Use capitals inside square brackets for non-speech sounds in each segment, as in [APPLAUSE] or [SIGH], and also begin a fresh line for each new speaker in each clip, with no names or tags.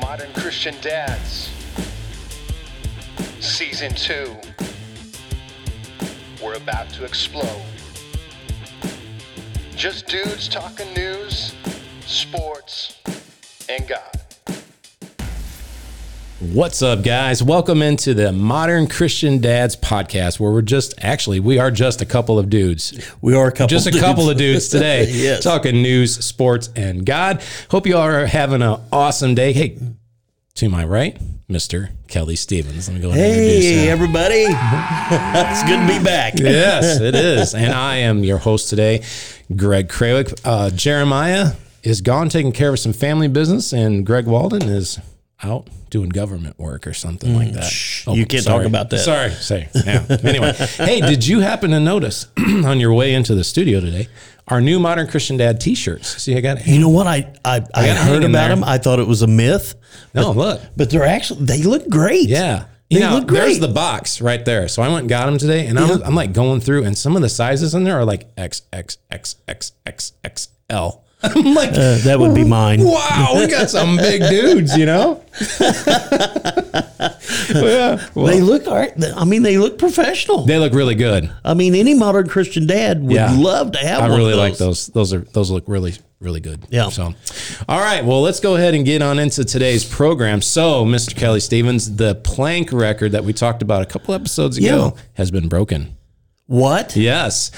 Modern Christian Dads, Season 2. We're about to explode. Just dudes talking news, sports, and God.
What's up, guys? Welcome into the Modern Christian Dads podcast, where we're just actually we are just a couple of dudes,
We are a couple.
just a
dudes.
couple of
[LAUGHS]
dudes today,
yes.
talking news, sports, and God. Hope you all are having an awesome day. Hey, to my right, Mister Kelly Stevens. Let me go ahead and introduce
Hey,
him.
everybody! [LAUGHS] it's good to be back.
Yes, it is, and I am your host today, Greg Krawick. Uh, Jeremiah is gone taking care of some family business, and Greg Walden is out doing government work or something like that.
Mm,
Oh,
you can't talk about that.
Sorry. Say now. anyway, hey, did you happen to notice [CLEARS THROAT] on your way into the studio today our new Modern Christian Dad T-shirts? See, I got
You know what? I I, I,
got
heard
hanging
about
there.
them. I thought it was a myth,
no. Look,
but they're actually they look great.
yeah.
They
You know,
look great.
there's the box right there. So I went and got them today, and I'm, I'm like going through, and some of the sizes in there are like X X X X X X L. [LAUGHS] I'm like,
Uh, that would be mine.
wow, we got some big
[LAUGHS]
dudes, you know? yeah, well,
They
they,
look art. I mean, they look professional.
look really good.
I mean, any modern Christian dad would
Yeah.
love to have.
I
one
really
of
like those. Those are those look really really good.
Yeah.
So, all right. Well, let's go ahead and get on into today's program. So, Mr. Kelly Stevens, the plank record that we talked about a couple episodes ago has been broken.
What?
Yes.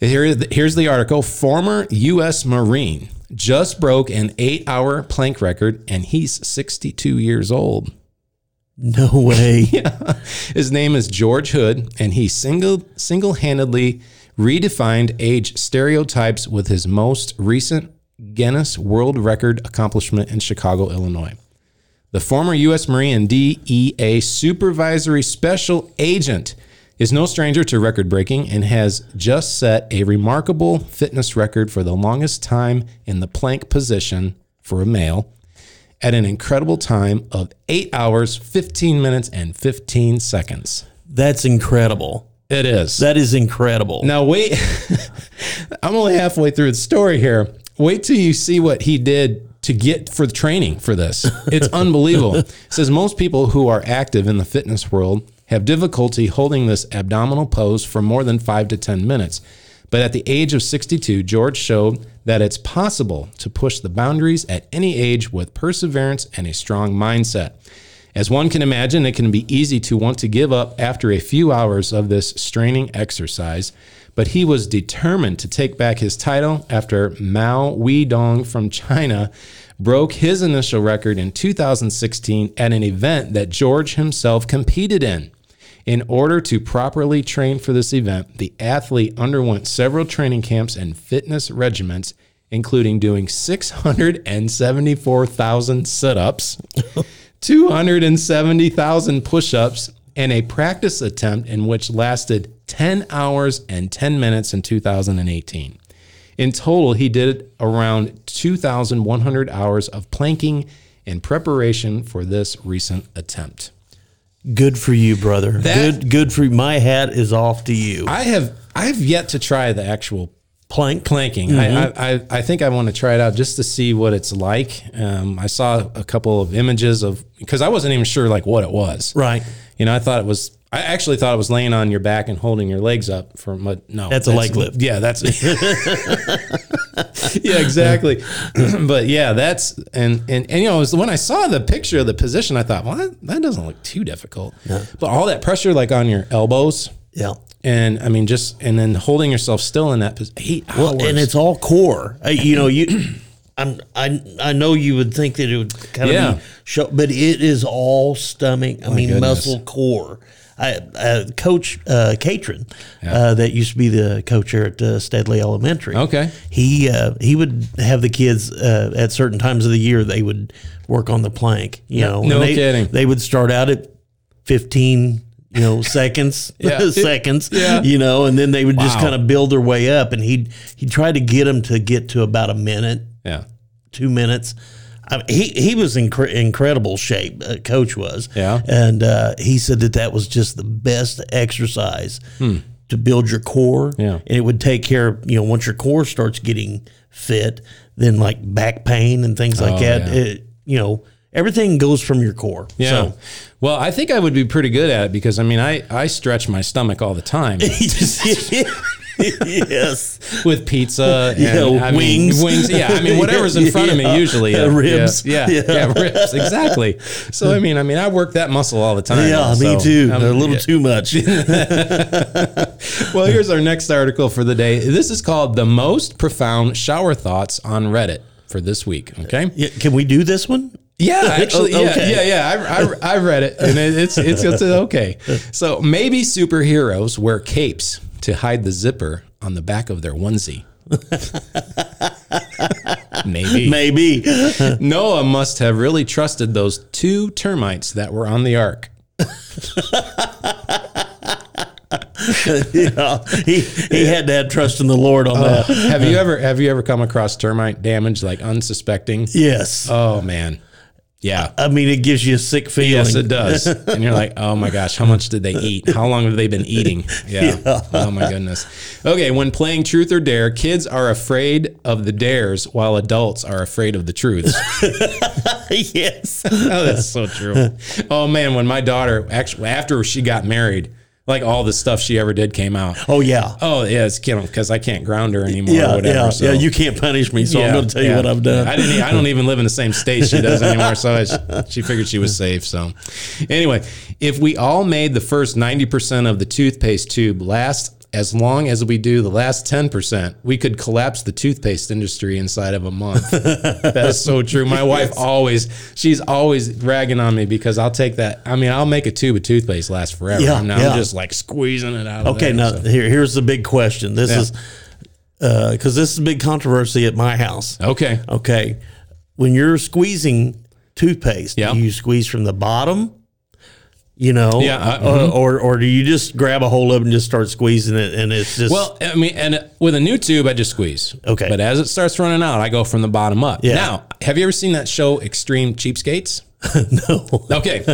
Here, here's the article. Former U.S. Marine just broke an eight-hour plank record, and he's 62 years old.
No way.
[LAUGHS] His name is George Hood, and he single single-handedly redefined age stereotypes with his most recent Guinness World Record accomplishment in Chicago, Illinois. The former U.S. Marine and DEA supervisory special agent is no stranger to record breaking and has just set a remarkable fitness record for the longest time in the plank position for a male at an incredible time of 8 hours, 15 minutes, and 15 seconds.
That's incredible.
It is.
That is incredible.
Now wait, I'm only halfway through the story here. Wait till you see what he did to get for the training for this. It's unbelievable. It says most people who are active in the fitness world have difficulty holding this abdominal pose for more than five to 10 minutes. But at the age of 62, George showed that it's possible to push the boundaries at any age with perseverance and a strong mindset. As one can imagine, it can be easy to want to give up after a few hours of this straining exercise, but he was determined to take back his title after Mao Weidong from China broke his initial record in 2016 at an event that George himself competed in. In order to properly train for this event, the athlete underwent several training camps and fitness regimens, including doing 674,000 sit ups. 270,000 push ups and a practice attempt in which lasted 10 hours and 10 minutes in 2018. In total, he did around 2,100 hours of planking in preparation for this recent attempt.
Good for you, brother.
That-
good, good for you. My hat is off to you.
I have I've yet to try the actual
Plank.
planking. I I, I, I think I want to try it out just to see what it's like. Um, I saw a couple of images of because I wasn't even sure like what it was.
Right.
You know, I thought it was. I actually thought it was laying on your back and holding your legs up for but no.
That's a leg lift.
Yeah, that's [LAUGHS] Yeah, exactly. [CLEARS THROAT] but yeah, that's and and and you know, it was when I saw the picture of the position, I thought, well, that, that doesn't look too difficult. But all that pressure like on your elbows
Yeah.
and I mean just and then holding yourself still in that position. 8
Well,
hours.
and it's all core. Uh, you know, you. [CLEARS THROAT] I'm, I I know you would think that it would kind of
Yeah.
be show, but it is all stomach. I mean,
goodness.
muscle core. I uh, coach uh, Catron, uh, that used to be the coach here at uh, Steadley Elementary.
Okay.
he uh, he would have the kids uh, at certain times of the year. They would work on the plank. You know,
no
and they,
kidding.
They would start out at fifteen.
[LAUGHS]
You know, seconds,
Yeah.
[LAUGHS] seconds.
Yeah.
You know, and then they would just
Wow.
kind of build their way up, and he'd he tried to get them to get to about a minute,
yeah.
two minutes. I mean, he he was in cre- incredible shape. Uh, Coach was,
Yeah.
and uh, he said that that was just the best exercise to build your core.
Hmm. Yeah.
and it would take care. of, You know, once your core starts getting fit, then like back pain and things like
Oh,
that.
yeah.
It, you know. everything goes from your core.
Yeah.
So,
well, I think I would be pretty good at it because I mean, I, I stretch my stomach all the time [LAUGHS]
yes.
with pizza and
Yeah,
I mean,
wings.
wings. Yeah. I
[LAUGHS]
mean, whatever's in front of
Yeah.
me usually.
Uh,
yeah,
ribs. [LAUGHS]
Yeah. Yeah.
Yeah.
yeah, Ribs. Exactly. So, I mean, I mean, I work that muscle all the time.
[LAUGHS] Yeah,
so,
me too.
um,
a little
yeah.
too
[LAUGHS]
much.
Well, here's our next article for the day. This is called The Most Profound Shower Thoughts on Reddit for this week. Okay.
Yeah, can we do this one? [LAUGHS]
Yeah, actually,
Oh,
yeah,
okay.
yeah, yeah. I, I, I read it, and it, it's, it's it's okay. So maybe superheroes wear capes to hide the zipper on the back of their
[LAUGHS]
onesie. maybe.
Maybe.
Noah must have really trusted those two termites that were on the ark.
[LAUGHS] yeah. He he had to have trust in the Lord
Uh,
on that.
Have you ever have you ever come across termite damage like unsuspecting?
Yes.
Oh man, yeah.
Uh, I mean, it gives you a sick feeling.
Yes,
[LAUGHS]
it does. And you're like, oh my gosh, how much did they eat? How long have they been eating? Yeah. Oh my goodness. Okay, when playing truth or dare, kids are afraid of the dares while adults are afraid of the truths.
yes.
oh, that's so true. Oh man, when my daughter actually after she got married, like all the stuff she ever did came out.
Oh yeah.
Oh yeah, it's you know, because I can't ground her anymore
yeah.
or whatever.
yeah.
so.
Yeah. You can't punish me, so I'm
Yeah,
going to tell you
yeah.
what I've done.
I didn't. e- I don't even live in the same state she
[LAUGHS]
does anymore. So I, she figured she was safe. So anyway, if we all made the first ninety percent of the toothpaste tube last as long as we do the last ten percent, we could collapse the toothpaste industry inside of a
[LAUGHS]
month. That's so true. My wife always, she's always ragging on me because I'll take that. I mean, I'll make a tube of toothpaste last forever.
Yeah,
and
yeah.
I'm just like squeezing it out.
Okay,
of there,
now
so.
here here's the big question. This
Yeah.
is because this is a big controversy at my house.
Okay.
Okay, when you're squeezing toothpaste,
Yeah.
do you squeeze from the bottom? You know, Uh,
Yeah, I- mm-hmm.
or, or or do you just grab a whole of it and just start squeezing it, and it's just
Well, I mean, and with a new tube, I just squeeze.
Okay.
But as it starts running out, I go from the bottom up.
Yeah.
Now, have you ever seen that show, Extreme Cheapskates?
no,
Okay.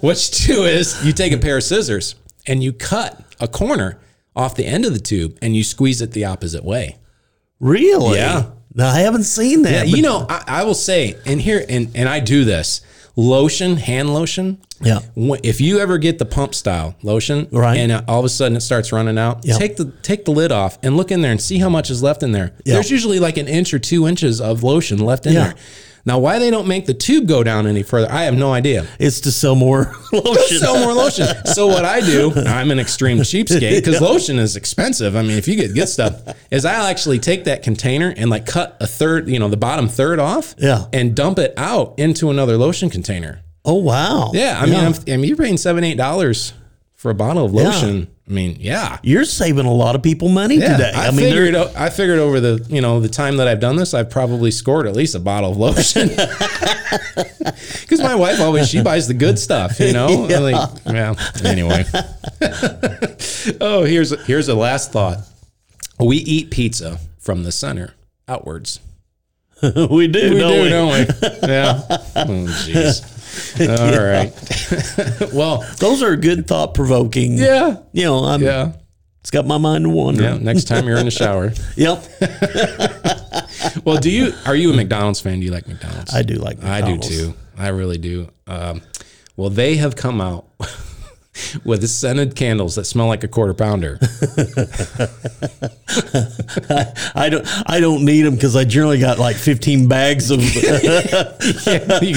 what you do is you take a pair of scissors and you cut a corner off the end of the tube and you squeeze it the opposite way.
[LAUGHS] really?
Yeah.
no, I haven't seen that.
You know, I, I will say, and here, and, and I do this lotion, hand lotion.
Yeah.
Wh- If you ever get the pump style lotion,
Right.
and uh, all of a sudden it starts running out,
Yeah.
take the take the lid off and look in there and see how much is left in there.
Yeah.
There's usually like an inch or two inches of lotion left in
Yeah.
there. Now, why they don't make the tube go down any further, I have no
[LAUGHS]
idea.
it's to sell more [LAUGHS] lotion.
Sell more lotion. So what I do, I'm an extreme cheapskate
[LAUGHS]
because lotion is expensive. I mean, if you get good stuff, is I'll actually take that container and like cut a third, you know, the bottom third off,
Yeah.
and dump it out into another lotion container.
oh wow,
Yeah, I mean, I'm, I mean, you're paying seven, eight dollars for a bottle of lotion. I mean, yeah.
you're saving a lot of people money
Yeah,
today.
I,
I, mean, they're
figured. o- I figured over the you know the time that I've done this, I've probably scored at least a bottle of [LAUGHS] lotion. Because my wife always she buys the good stuff, you know. [LAUGHS] Yeah. yeah. Anyway. [LAUGHS] oh, here's here's a last thought. We eat pizza from the center [LAUGHS] outwards.
[LAUGHS] we do,
We
don't
do,
we?
don't [LAUGHS] we? Yeah. Oh, [LAUGHS] jeez. All right. [LAUGHS] well,
Those are good, thought provoking.
yeah,
you know, I'm,
yeah.
It's got my mind
Yeah,
wandering.
next time you're in the shower.
Yep.
[LAUGHS] Well, do you are you a McDonald's fan? Do you like McDonald's?
I do like
[LAUGHS] I
McDonald's.
do too. I really do. Um, well, they have come out [LAUGHS] with scented candles that smell like a quarter pounder.
I don't I don't need them because I generally got like 15
[LAUGHS]
bags of [LAUGHS]
you,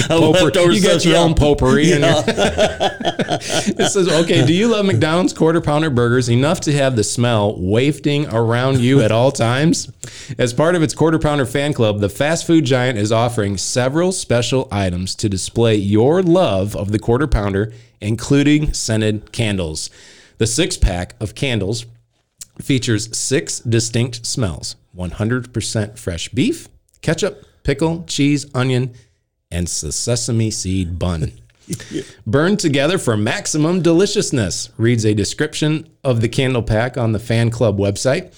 potpourri,
leftover
you got
stuff,
your
yeah.
own potpourri. In your,
[LAUGHS]
it says, "Okay, do you love McDonald's quarter pounder burgers enough to have the smell wafting around you at all times?" As part of its quarter pounder fan club, the fast food giant is offering several special items to display your love of the quarter pounder, including scented candles. The six pack of candles features six distinct smells 100% fresh beef, ketchup, pickle, cheese, onion, and s- sesame seed bun. Burned together for maximum deliciousness, reads a description of the candle pack on the fan club website.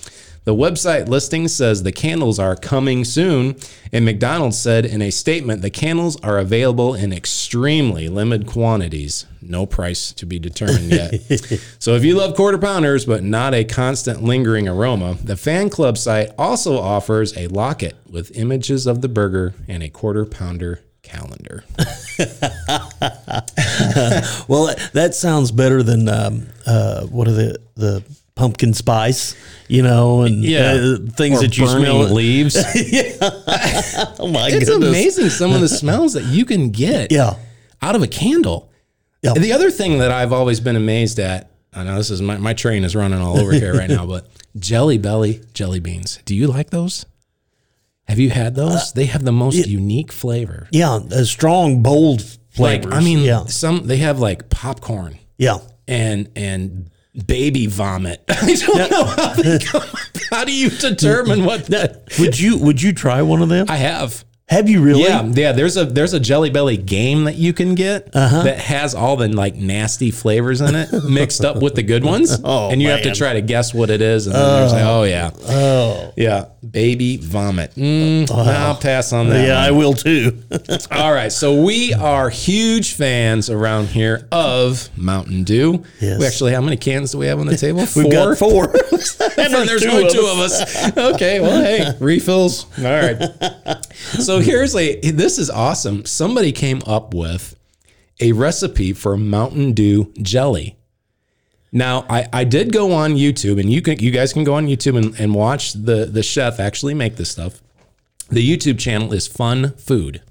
The website listing says the candles are coming soon, and McDonald's said in a statement the candles are available in extremely limited quantities, no price to be determined yet. so if you love quarter pounders but not a constant lingering aroma, the fan club site also offers a locket with images of the burger and a quarter pounder calendar.
Well, that- that sounds better than um, uh, what are the the pumpkin spice, you know, and uh, things
Or
that you
burning
smell. [LAUGHS]
leaves.
Oh my
it's
goodness!
amazing some of the smells that you can get
Yeah,
out of a candle.
Yeah.
The other thing that I've always been amazed at, I know this is my, my train is running all over here right now,
[LAUGHS]
but Jelly Belly jelly beans. Do you like those? Have you had those?
Uh,
they have the most unique flavor.
yeah, a strong, bold flavors.
Like I mean,
yeah,
some they have like popcorn [LAUGHS]
yeah.
and and baby vomit. [LAUGHS] I don't know how they come. up- How do
[LAUGHS]
you determine what that?
Would you would you try one of them?
I have.
Have you really?
Yeah, yeah. There's a there's a Jelly Belly game that you can get
Uh-huh.
that has all the like nasty flavors in
[LAUGHS]
it mixed up with the good ones,
Oh,
and you have to
man.
try to guess what it is. And then there's like, oh yeah,
Oh,
yeah, baby vomit. Mm, I'll pass on that.
yeah.
one.
I will too.
[LAUGHS] All right, so we are huge fans around here of Mountain Dew.
Yes.
We actually, how many cans do we have on the table?
We've got four.
[LAUGHS]
[LAUGHS]
And then there's
two
only
of
two of us. [LAUGHS] Okay, well, hey, refills. All right. So here's a this is awesome. Somebody came up with a recipe for Mountain Dew jelly. Now, I, I did go on YouTube, and you can you guys can go on YouTube and, and watch the the chef actually make this stuff. The YouTube channel is Fun Food.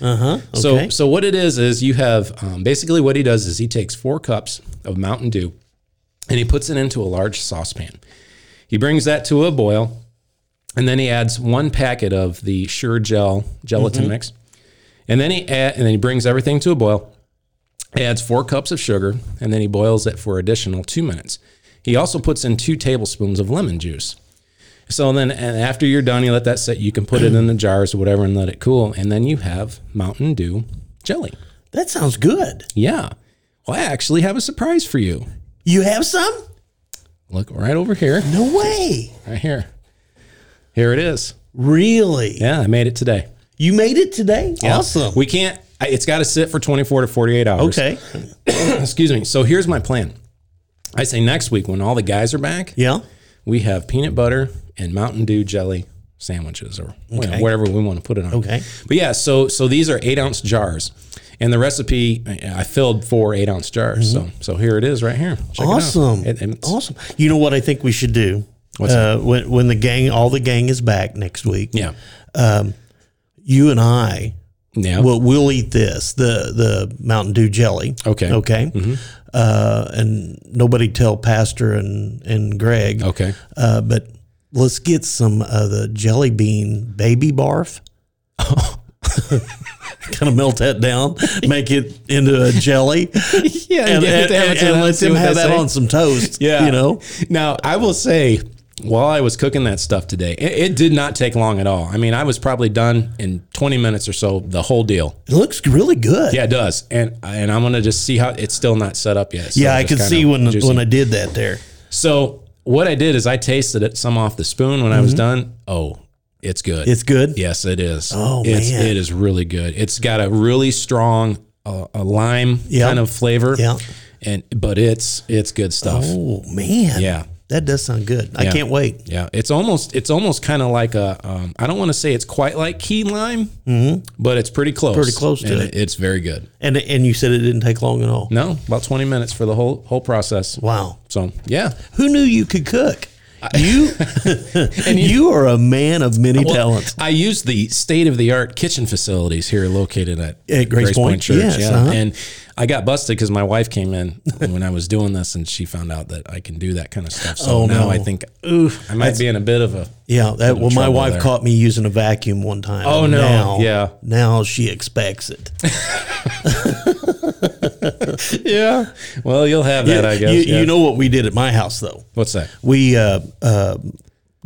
So,
Okay.
so what it is is you have um, basically what he does is he takes four cups of Mountain Dew, and he puts it into a large saucepan. He brings that to a boil, and then he adds one packet of the Sure Gel gelatin mix, and then he add, and then he brings everything to a boil. Adds four cups of sugar, and then he boils it for additional two minutes. He also puts in two tablespoons of lemon juice. So then, and after you're done, you let that sit. You can put it in the jars or whatever and let it cool. And then you have Mountain Dew jelly.
that sounds good.
Yeah. Well, I actually have a surprise for you.
You have some?
Look right over here,
No way!
right here. Here it is.
Really?
Yeah, I made it today.
You made it today?
Yeah.
Awesome.
We can't. I- It's got to sit for 24 to 48 hours.
okay.
Excuse me. So here's my plan. I say next week when all the guys are back,
Yeah.
we have peanut butter and Mountain Dew jelly sandwiches or you know, whatever we want to put it on.
Okay.
But yeah, so so these are eight ounce jars, and the recipe I I filled four eight ounce jars. So so here it is right here. Check it out.
Mm-hmm. Awesome.
It- it's-
awesome. You know what I think we should do?
What's
uh, when when the gang, all the gang is back next week.
Yeah.
You and I
Yeah.
will we'll eat this the the Mountain Dew jelly.
Okay. Mm-hmm.
Okay. Uh, and nobody tell Pastor and and Greg.
okay.
Uh, but let's get some of the jelly bean baby
[LAUGHS]
barf. [LAUGHS] kind of melt that down, make it into a
[LAUGHS]
jelly,
Yeah.
and, and, and, and let them have that on some [LAUGHS] toast.
Yeah.
you know.
Now I will say. While I was cooking that stuff today, it, it did not take long at all. I mean, I was probably done in 20 minutes or so, the whole deal.
It looks really good.
Yeah, it does. And and I'm gonna just see how it's still not set up yet. So it's
yeah, I
just
could
kinda
see when
juicy.
when I did that there.
So what I did is I tasted it some off the spoon when I was done. Oh, it's good.
Mm-hmm. It's good.
yes, it is.
Oh,
it's,
man.
it is really good. It's got a really strong uh, a lime
Yeah.
kind of flavor.
Yeah.
and but it's it's good stuff.
Oh man.
Yeah.
That does sound good. I
Yeah.
can't wait.
Yeah, it's almost it's almost kind of like a um, I don't want to say it's quite like key lime, but it's pretty close.
Mm-hmm. Pretty close to
And
it.
It's very good.
And and you said it didn't take long at all.
No, about twenty minutes for the whole whole process.
Wow.
So yeah,
Who knew you could cook? You
[LAUGHS]
[LAUGHS] and you, are a man of many
Well,
talents.
I use the state of the art kitchen facilities here located at,
At Grace Point?
Church.
Yes,
yeah.
uh-huh.
And I got busted because my wife came in [LAUGHS] when I was doing this and she found out that I can do that kind of stuff. So
Oh,
now
no.
I think, ooh, I might be in a bit of a.
Yeah, that well my
trouble
wife
there.
caught me using a vacuum one time.
Oh,
and
no.
Now,
Yeah.
Now she expects it.
Yeah. Well, you'll have that,
[LAUGHS]
I guess.
You,
yeah.
you know what we did at my house though?
What's that?
We uh, uh,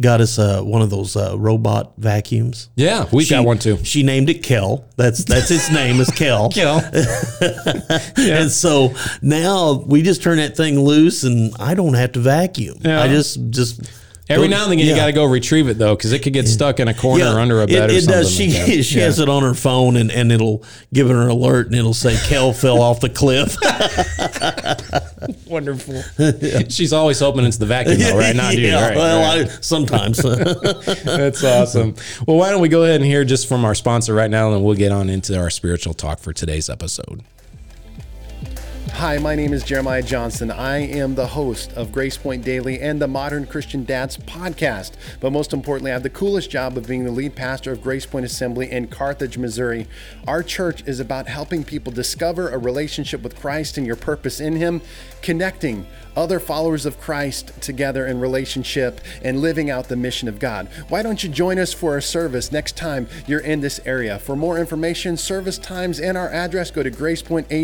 got us uh, one of those uh, robot vacuums.
Yeah, we
She-
got one too.
She named it Kel. That's that's its name
[LAUGHS]
is Kel. [LAUGHS]
Kill.
And so now we just turn that thing loose, and I don't have to vacuum.
Yeah.
I just just
Every now and again, you
Yeah.
got to go retrieve it though, because it could get stuck in a corner or under a
it-
bed
It,
or something.
does. She
like that.
[LAUGHS] she has it on her phone, and, and it'll give her an alert, and it'll say
[LAUGHS]
Kel fell off the cliff.
Wonderful. [LAUGHS] She's always hoping it's the vacuum though, right?
[LAUGHS]
Not you.
Yeah,
Right,
well,
right.
I, sometimes.
[LAUGHS]
[LAUGHS]
That's awesome. Well, why don't we go ahead and hear just from our sponsor right now, and then we'll get on into our spiritual talk for today's episode.
Hi, my name is Jeremiah Johnson. I am the host of Grace Point Daily and the Modern Christian Dads podcast. But most importantly, I have the coolest job of being the lead pastor of Grace Point Assembly in Carthage, Missouri. Our church is about helping people discover a relationship with Christ and your purpose in Him, connecting other followers of Christ together in relationship and living out the mission of God. Why don't you join us for a service next time you're in this area? For more information, service times, and our address, go to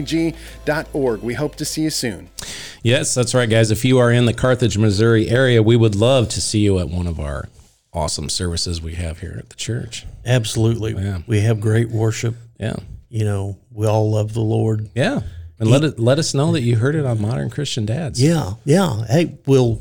gracepointag.org. We hope to see you soon.
Yes, that's right, guys. If you are in the Carthage, Missouri area, we would love to see you at one of our awesome services we have here at the church.
Absolutely, we have great worship.
Yeah,
You know, we all love the Lord.
yeah, and let it, let us know that you heard it on Modern Christian Dads.
Yeah, yeah. Hey, we'll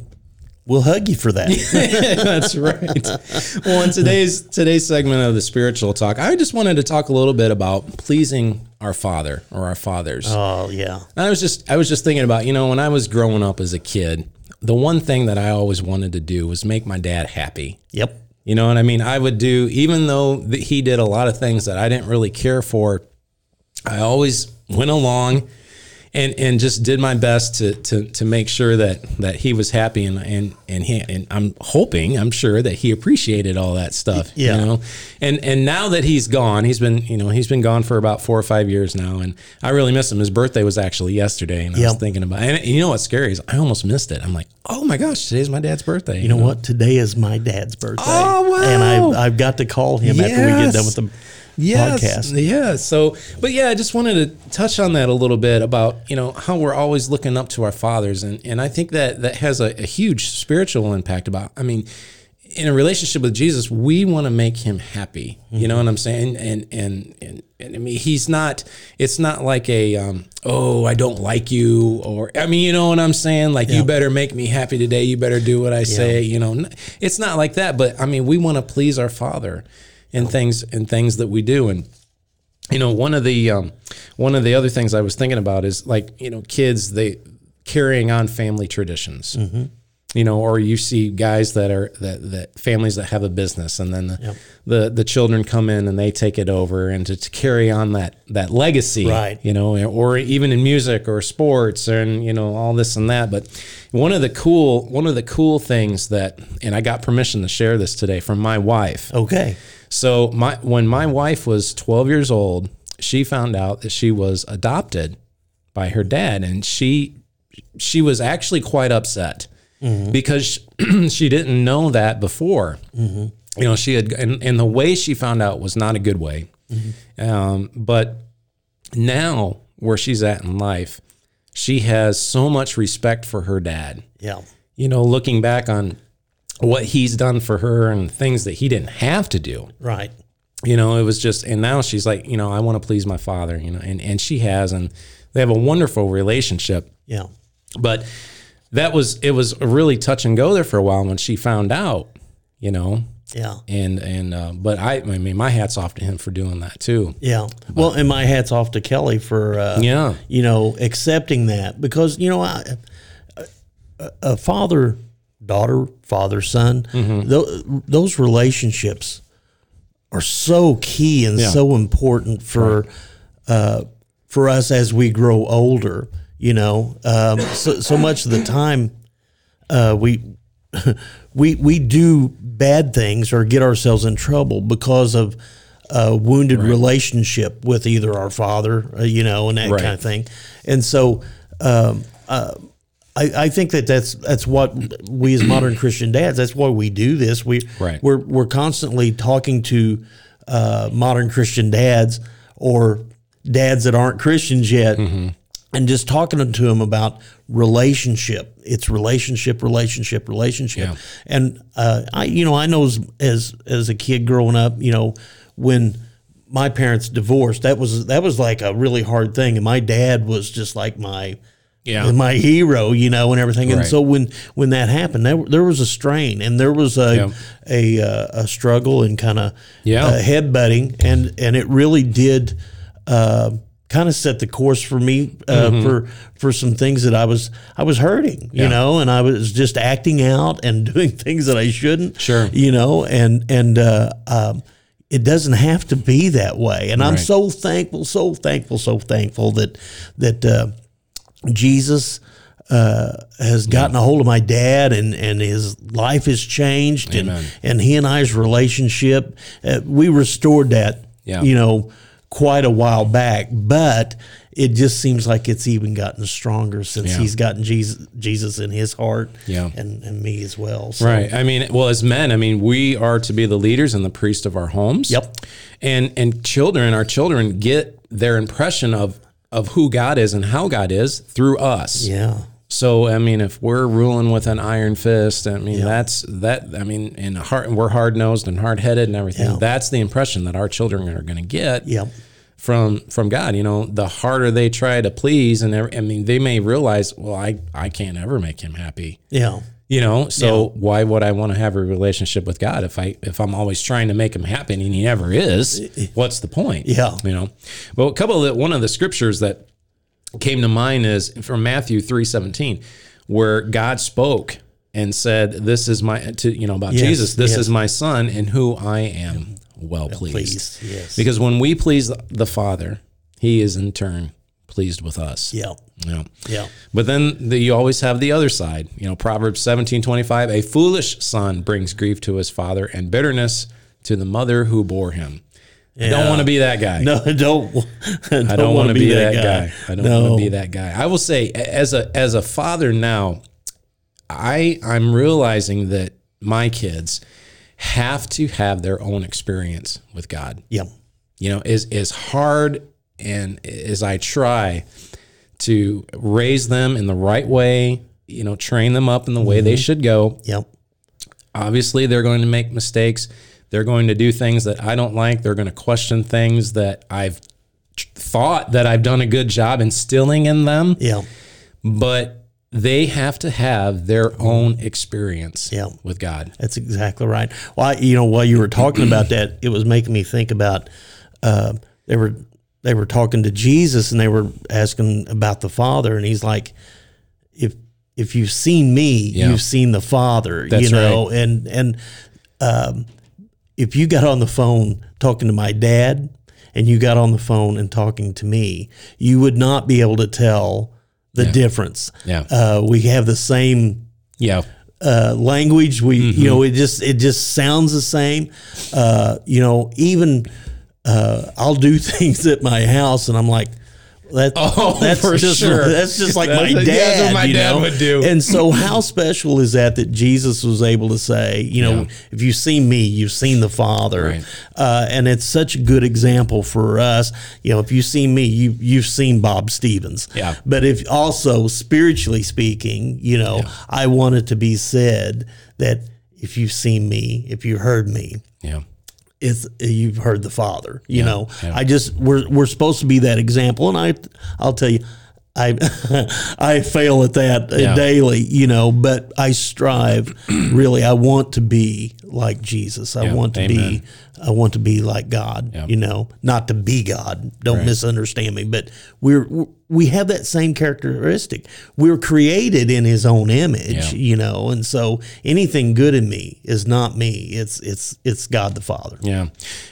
we'll hug you for that.
[LAUGHS] That's right. Well, in today's today's segment of the spiritual talk, I just wanted to talk a little bit about pleasing our father or our fathers.
Oh, yeah.
I was just I was just thinking about, you know, when I was growing up as a kid, the one thing that I always wanted to do was make my dad happy.
Yep.
You know what I mean? I would do, even though that he did a lot of things that I didn't really care for, I always went along and and just did my best to to to make sure that that he was happy and and and he and I'm hoping I'm sure that he appreciated all that stuff.
Yeah.
You know? And and now that he's gone, he's been you know he's been gone for about four or five years now, and I really miss him. His birthday was actually yesterday, and I was
Yeah.
thinking about. And you know what's scary is I almost missed it. I'm like, oh my gosh, today's my dad's birthday.
You know what? Today is my dad's birthday.
Oh, wow.
And I, I've got to call him after we get done with the
yes,
podcast.
Yeah. So, but yeah, I just wanted to touch on that a little bit about you know how we're always looking up to our fathers, and and I think that that has a, a huge spiritual impact. About I mean, in a relationship with Jesus, we want to make him happy. You know what I'm saying? And and and, and I mean, he's not. It's not like a um, oh, I don't like you, or I mean, you know what I'm saying? Like you better make me happy today. You better do what I say. You know, N- it's not like that. But I mean, we want to please our Father in things in things that we do and you know one of the um, one of the other things i was thinking about is like you know kids they carrying on family traditions you know or you see guys that are that that families that have a business and then the the, the children come in and they take it over and to, to carry on that that legacy
Right.
you know or even in music or sports and you know all this and that but one of the cool one of the cool things that and i got permission to share this today from my wife
Okay.
so my when my wife was 12 years old, she found out that she was adopted by her dad and she she was actually quite upset because [CLEARS THROAT] she didn't know that before. You know, she had and, and the way she found out was not a good way. Um, but now where she's at in life, she has so much respect for her dad
Yeah.
you know, looking back on what he's done for her and things that he didn't have to do.
Right.
You know, it was just, and now she's like, you know, I want to please my father, you know, and, and she has, and they have a wonderful relationship.
Yeah.
But that was, it was a really touch and go there for a while when she found out, you know,
Yeah.
and, and, uh, but I, I mean, my hat's off to him for doing that too.
Yeah. Well, and my hat's off to Kelly for, uh,
Yeah.
you know, accepting that because, you know, I, a, a father, daughter, father, son, tho- those relationships are so key and so important for, uh, for us as we grow older, you know, um, so, so much of the time, uh, we, [LAUGHS] we, we do bad things or get ourselves in trouble because of a wounded relationship with either our father, uh, you know, and that
Right.
kind of thing. And so, um, uh, I, I think that that's that's what we as modern Christian dads. That's why we do this. We
Right.
we're we're constantly talking to uh, modern Christian dads or dads that aren't Christians yet, and just talking to them about relationship. It's relationship, relationship, relationship. And uh, I, you know, I know as, as as a kid growing up, you know, when my parents divorced, that was that was like a really hard thing, and my dad was just like my
Yeah.
my hero, you know, and everything. And
Right.
so when when that happened, there, there was a strain and there was a
Yeah.
a, uh, a struggle and kind of
Yeah.
uh, headbutting, and and it really did uh, kind of set the course for me uh, for for some things that I was I was hurting, you
Mm-hmm. Yeah.
know, and I was just acting out and [LAUGHS] doing things that I shouldn't,
Sure.
you know, and and. Uh, um, it doesn't have to be that way, and I'm
Right.
so thankful, so thankful, so thankful that that uh, Jesus uh, has gotten a hold of my dad, and and his life has changed,
Amen.
and and he and I's relationship, uh, we restored that,
Yeah.
you know, quite a while back, but. It just seems like it's even gotten stronger since
Yeah.
he's gotten Jesus, Jesus in his heart,
Yeah.
and, and me as well. So,
Right. I mean, well, as men, I mean, we are to be the leaders and the priest of our homes.
Yep.
And and children, our children get their impression of of who God is and how God is through us.
Yeah,
So I mean, if we're ruling with an iron fist, I mean that's that. I mean, and hard, we're hard nosed and hard headed and everything.
Yeah.
That's the impression that our children are going to get
yeah,
from from God. You know, the harder they try to please, and every, I mean, they may realize, well, I I can't ever make him happy.
yeah,
You know, so why would I want to have a relationship with God if I if I'm always trying to make him happy and he never is? What's the point?
Yeah.
You know. Well, a couple of the, one of the scriptures that came to mind is from Matthew 3:17 where God spoke and said, "This is my to you know about
Yes,
Jesus, this
yes.
is my son in who I am well pleased."
pleased, yes.
Because when we please the Father, he is in turn pleased with us.
yeah,
You know?
yeah.
But then the, you always have the other side. You know, Proverbs seventeen twenty five: a foolish son brings grief to his father and bitterness to the mother who bore him. I don't
Yeah.
want to be that guy.
No, [LAUGHS] I don't. don't
I don't
wanna
want to be, that guy. I don't
No.
want to be that guy. I will say, a- as a as a father now, I I'm realizing that my kids have to have their own experience with God
Yeah,
you know as as hard and as i try to raise them in the right way you know train them up in the way they should go
yeah,
obviously they're going to make mistakes they're going to do things that i don't like they're going to question things that i've t- thought that i've done a good job instilling in them
yeah,
but they have to have their own experience
Yeah.
with god
that's exactly right. Well, I, you know, while you were talking about that, it was making me think about uh, they were they were talking to Jesus and they were asking about the Father, and he's like, if if you've seen me,
Yeah.
you've seen the Father,
That's
you know, and and um, if you got on the phone talking to my dad and you got on the phone and talking to me, you would not be able to tell the difference.
Yeah.
uh, we have the same
yeah
uh, language. We,
Mm-hmm.
you know, it just it just sounds the same. Uh, you know, even uh, I'll do [LAUGHS] things at my house, and I'm like, that,
Oh,
[LAUGHS] that's
for
just
sure.
that's just like
That's-
my
yeah,
dad.
that's what my
you
dad
know?
would do.
And so, how special is that that Jesus was able to say, you know,
Yeah.
if you've seen me, you've seen the Father,
Right.
uh, and it's such a good example for us. You know, if you've seen me, you you've seen Bob Stevens.
Yeah.
But if also spiritually speaking, you know, I want it to be said that if you've seen me, if you heard me,
yeah
it's you've heard the Father. You know, I just we're we're supposed to be that example, and I I'll tell you. I [LAUGHS] I fail at that uh,
Yeah.
daily, you know, but
[CLEARS THROAT]
I strive really I want to be like Jesus. I
Yeah,
want to
amen.
be I want to be like God,
Yeah.
you know, not to be God. Don't misunderstand me, but we're we have that same characteristic. We're created in his own
Yeah.
image, you know, and so anything good in me is not me. It's it's it's God the Father.
Yeah.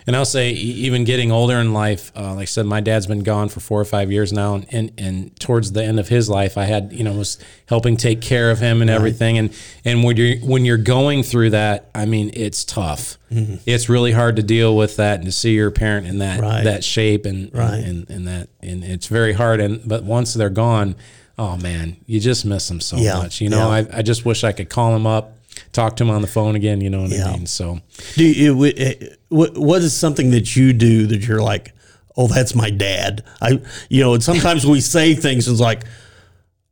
And I'll say, e- even getting older in life, uh, like I said, my dad's been gone for four or five years now. And, and, and towards the end of his life, I had, you know, was helping take care of him and everything. And, and when you're, when you're going through that, I mean, it's tough.
Mm-hmm.
It's really hard to deal with that and to see your parent in that,
Right.
that shape and,
Right.
and, and that, and it's very hard. And, but once they're gone, oh man, you just miss them so
Yeah.
much. You know,
Yeah.
I, I just wish I could call him up, talk to him on the phone again, you know what I
Yeah.
mean? So,
Do you, it, it, what what is something that you do that you're like, oh, that's my dad? I you know, and sometimes we say things and it's like,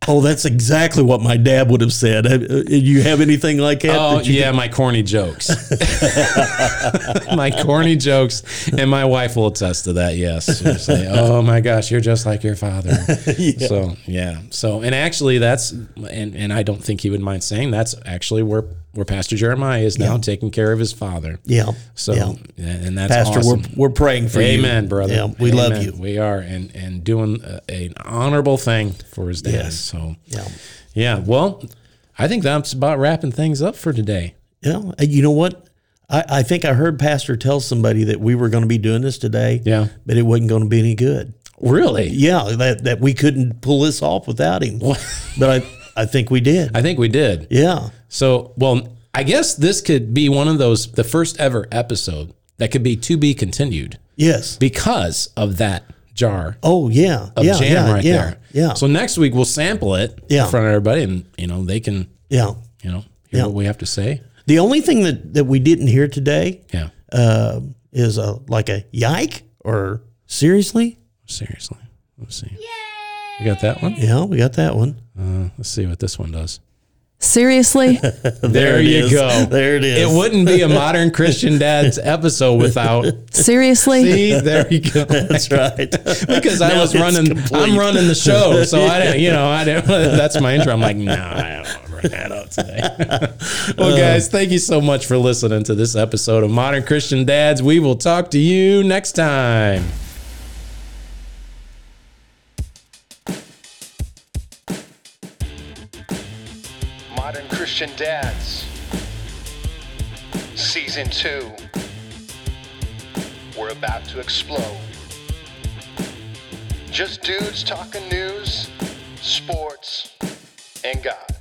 Oh, that's exactly what my dad would have said. Have- uh, You have anything like that?
Oh
that you-
yeah, my corny
[LAUGHS]
jokes. [LAUGHS] my corny jokes, and my wife will attest to that. Yes, She'll say, "Oh my gosh, you're just like your
[LAUGHS]
father." So yeah, so and actually, that's and and I don't think he would mind saying that's actually where where Pastor Jeremiah is now taking care of his father.
Yeah.
So
yeah.
and and that's
Pastor,
awesome.
we're, we're praying for you.
Amen, brother.
Yeah, we love
Amen.
you.
We are, and and doing a, an honorable thing for his dad.
Yes.
So
Yeah.
yeah, well, I think that's about wrapping things up for today.
Yeah. And You know what? I, I think I heard Pastor tell somebody that we were going to be doing this today.
Yeah.
But it wasn't going to be any good.
Really?
Yeah. That, that we couldn't pull this off without him. but I, I think we did.
I think we did.
yeah.
So, well, I guess this could be one of those, the first ever episode that could be to be continued
Yes.
because of that jar
Oh, yeah.
of
yeah.
jam
yeah,
right
yeah,
there.
Yeah.
So next week we'll sample it
Yeah.
in front of everybody and, you know, they can,
yeah.
you know, hear
Yeah.
what we have to say.
The only thing that, that we didn't hear today
Yeah.
uh, is a, like a yike or seriously?
Seriously. Let's see. You got that one?
Yeah, we got that one.
Let's see what this one does.
Seriously?
There, you
is.
go.
There it is.
It wouldn't be a modern Christian dad's
[LAUGHS]
episode without.
Seriously?
See, there you go.
[LAUGHS] That's right.
because I
Now
was
it's
running.
complete.
I'm running the show, so I didn't. You know, I didn't. [LAUGHS] That's my intro. I'm like, no, I don't want to bring that up today. [LAUGHS] well,
Uh.
guys, thank you so much for listening to this episode of Modern Christian Dads. We will talk to you next time.
Modern Christian Dads, Season 2. We're about to explode. Just dudes talking news, sports, and God.